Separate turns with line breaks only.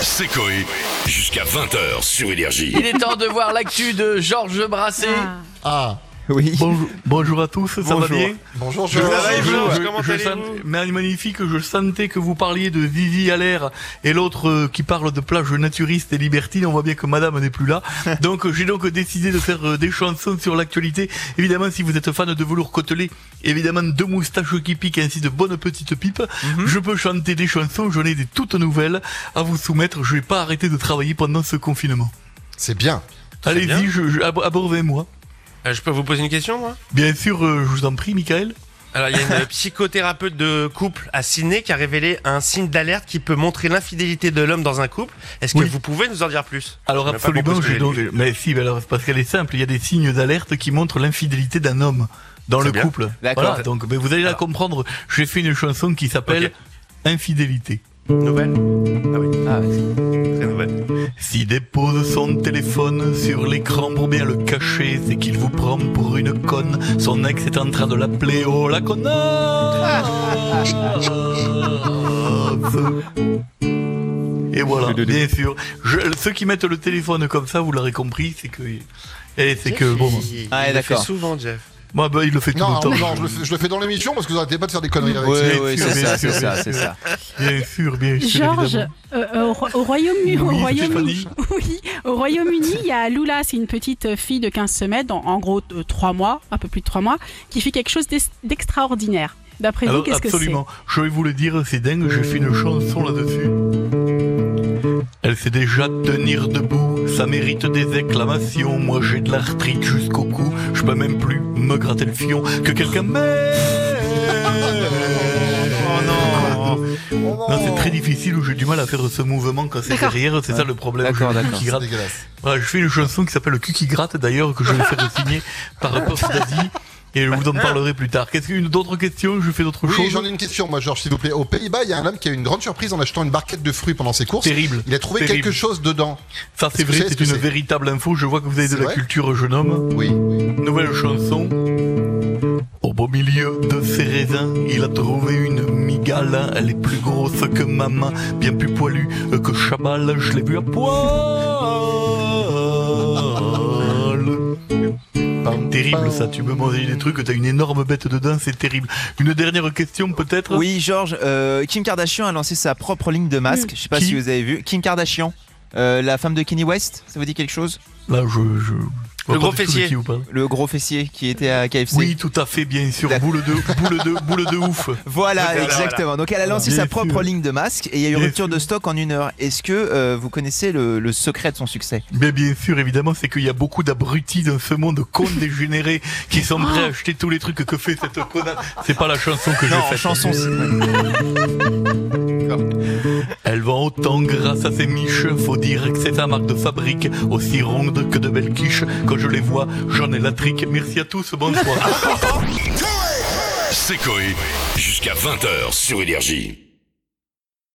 C'est Coé. Jusqu'à 20h sur Énergie.
Il est temps de voir l'actu de Georges Brassé.
Ah,
Oui.
Bonjour, bonjour à tous, ça va
Bonjour.
bien
bonjour,
Je-
Georges.
je-
Georges,
je-
comment
je
allez-vous
sent- mais magnifique, je sentais que vous parliez de Vivi Allaire et l'autre euh, qui parle de plage naturiste et libertine. On voit bien que madame n'est plus là. Donc, euh, j'ai donc décidé de faire euh, des chansons sur l'actualité. Évidemment, si vous êtes fan de velours côtelé, évidemment, de moustaches qui piquent ainsi de bonnes petites pipes,
Mhm.
je peux chanter des chansons. J'en ai des toutes nouvelles à vous soumettre. Je vais pas arrêter de travailler pendant ce confinement.
C'est bien.
Allez-y, je, je, ab- abordez-moi.
Euh, je peux vous poser une question, moi
Bien sûr, euh, je vous en prie, Michael.
Alors, il y a une psychothérapeute de couple à Sydney qui a révélé un signe d'alerte qui peut montrer l'infidélité de l'homme dans un couple. Est-ce que
Oui.
vous pouvez nous en dire plus
Alors
Je sais même pas
absolument,
pourquoi
j'ai
je
donc...
l'ai lu.
Mais si, mais alors c'est parce qu'elle est simple. Il y a des signes d'alerte qui montrent l'infidélité d'un homme dans
C'est
le
bien.
couple.
D'accord.
Voilà, donc mais vous allez la
Alors.
comprendre. J'ai fait une chanson qui s'appelle
Ok.
Infidélité.
Nouvelle
Ah, ouais.
Très nouvelle.
S'il dépose son téléphone sur l'écran pour bien le cacher, c'est qu'il vous prend pour une conne. Son ex est en train de l'appeler oh la connasse. Et voilà, bien sûr. Je- ceux qui mettent le téléphone comme ça, vous l'aurez compris, c'est que. Et c'est que bon.
Il,
Ah,
il le
d'accord.
fait souvent, Jeff.
Moi, bah, il le fait tout
Non,
le temps.
non, je le fais, je le fais dans l'émission parce que vous arrêtez pas de faire des conneries avec ça.
Ouais,
Bien
ouais,
sûr,
c'est
bien
ça, c'est
sûr,
ça,
bien
c'est
sûr.
ça.
Bien sûr, bien sûr.
Georges,
évidemment.
euh, euh, au, Royaume-Uni, au Royaume-Uni,
Oui, Stéphanie.
oui, au Royaume-Uni, il y a Lula, c'est une petite fille de 15 semaines, en, en gros 3 mois, un peu plus de 3 mois, qui fait quelque chose d'ex- d'extraordinaire. D'après vous,
Alors,
qu'est-ce que c'est
absolument. Je vais vous le dire, c'est dingue, je fais une chanson là-dessus. Elle sait déjà tenir debout, ça mérite des exclamations. Moi j'ai de l'arthrite jusqu'au cou, je peux même plus me gratter le fion que quelqu'un
Oh
m'aime. Non, c'est très difficile où j'ai du mal à faire ce mouvement quand c'est derrière, c'est ça le problème.
D'accord,
J'ai le
d'accord.
cul qui
C'est
gratte.
dégueulasse.
Voilà, je fais une chanson qui s'appelle Le cul qui gratte d'ailleurs, que je vais faire signer par Post Daddy. Et je vous en parlerai plus tard. Qu'est-ce qu'une d'autres questions Je fais d'autres
Oui,
choses.
j'en ai une question, moi, Georges, s'il vous plaît. Aux Pays-Bas, il y a un homme qui a eu une grande surprise en achetant une barquette de fruits pendant ses courses.
Terrible.
Il a trouvé
Terrible.
quelque chose dedans.
Ça c'est
Est-ce que
vrai,
c'est-
c'est
est-ce que
une
c'est
véritable info. Je vois que vous avez de
C'est
la
vrai Mmh.
culture jeune homme.
Oui.
Nouvelle chanson. Au beau milieu de ses raisins, il a trouvé une migale. Elle est plus grosse que ma main, bien plus poilue que Chabal. Je l'ai vue à poil.
Pam,
Terrible
pam.
ça, tu me manges des trucs, t'as une énorme bête dedans, c'est terrible. Une dernière question peut-être
Oui, Georges, euh, Kim Kardashian a lancé sa propre ligne de masque. Je sais pas
Qui
si vous avez vu. Kim Kardashian, euh, la femme de Kanye West, ça vous dit quelque chose
Là, je. je...
Le gros
Pas du tout de
fessier.
qui vous parlez.
Le gros fessier qui était à KFC.
Oui, tout à fait, bien sûr.
D'accord.
Boule de, boule de, boule de ouf.
Voilà,
Voilà,
exactement. Donc elle a lancé
Bien
sa propre
sûr.
ligne de masque et il y a eu
Bien
rupture de stock en une heure. Est-ce que euh, vous connaissez le, le secret de son succès
Mais bien sûr, évidemment, c'est qu'il y a beaucoup d'abrutis dans ce monde con dégénéré qui sont prêts à acheter tous les trucs que fait cette connasse. C'est pas la chanson que j'ai
Non, en
faite.
chanson. c'est-
Euh, Elle vend autant grâce à ses miches. Faut dire que c'est sa marque de fabrique, aussi ronde que de belles quiches. Quand je les vois, j'en ai la trique. Merci à tous, bonsoir.
C'est Coé. Jusqu'à 20h sur Énergie.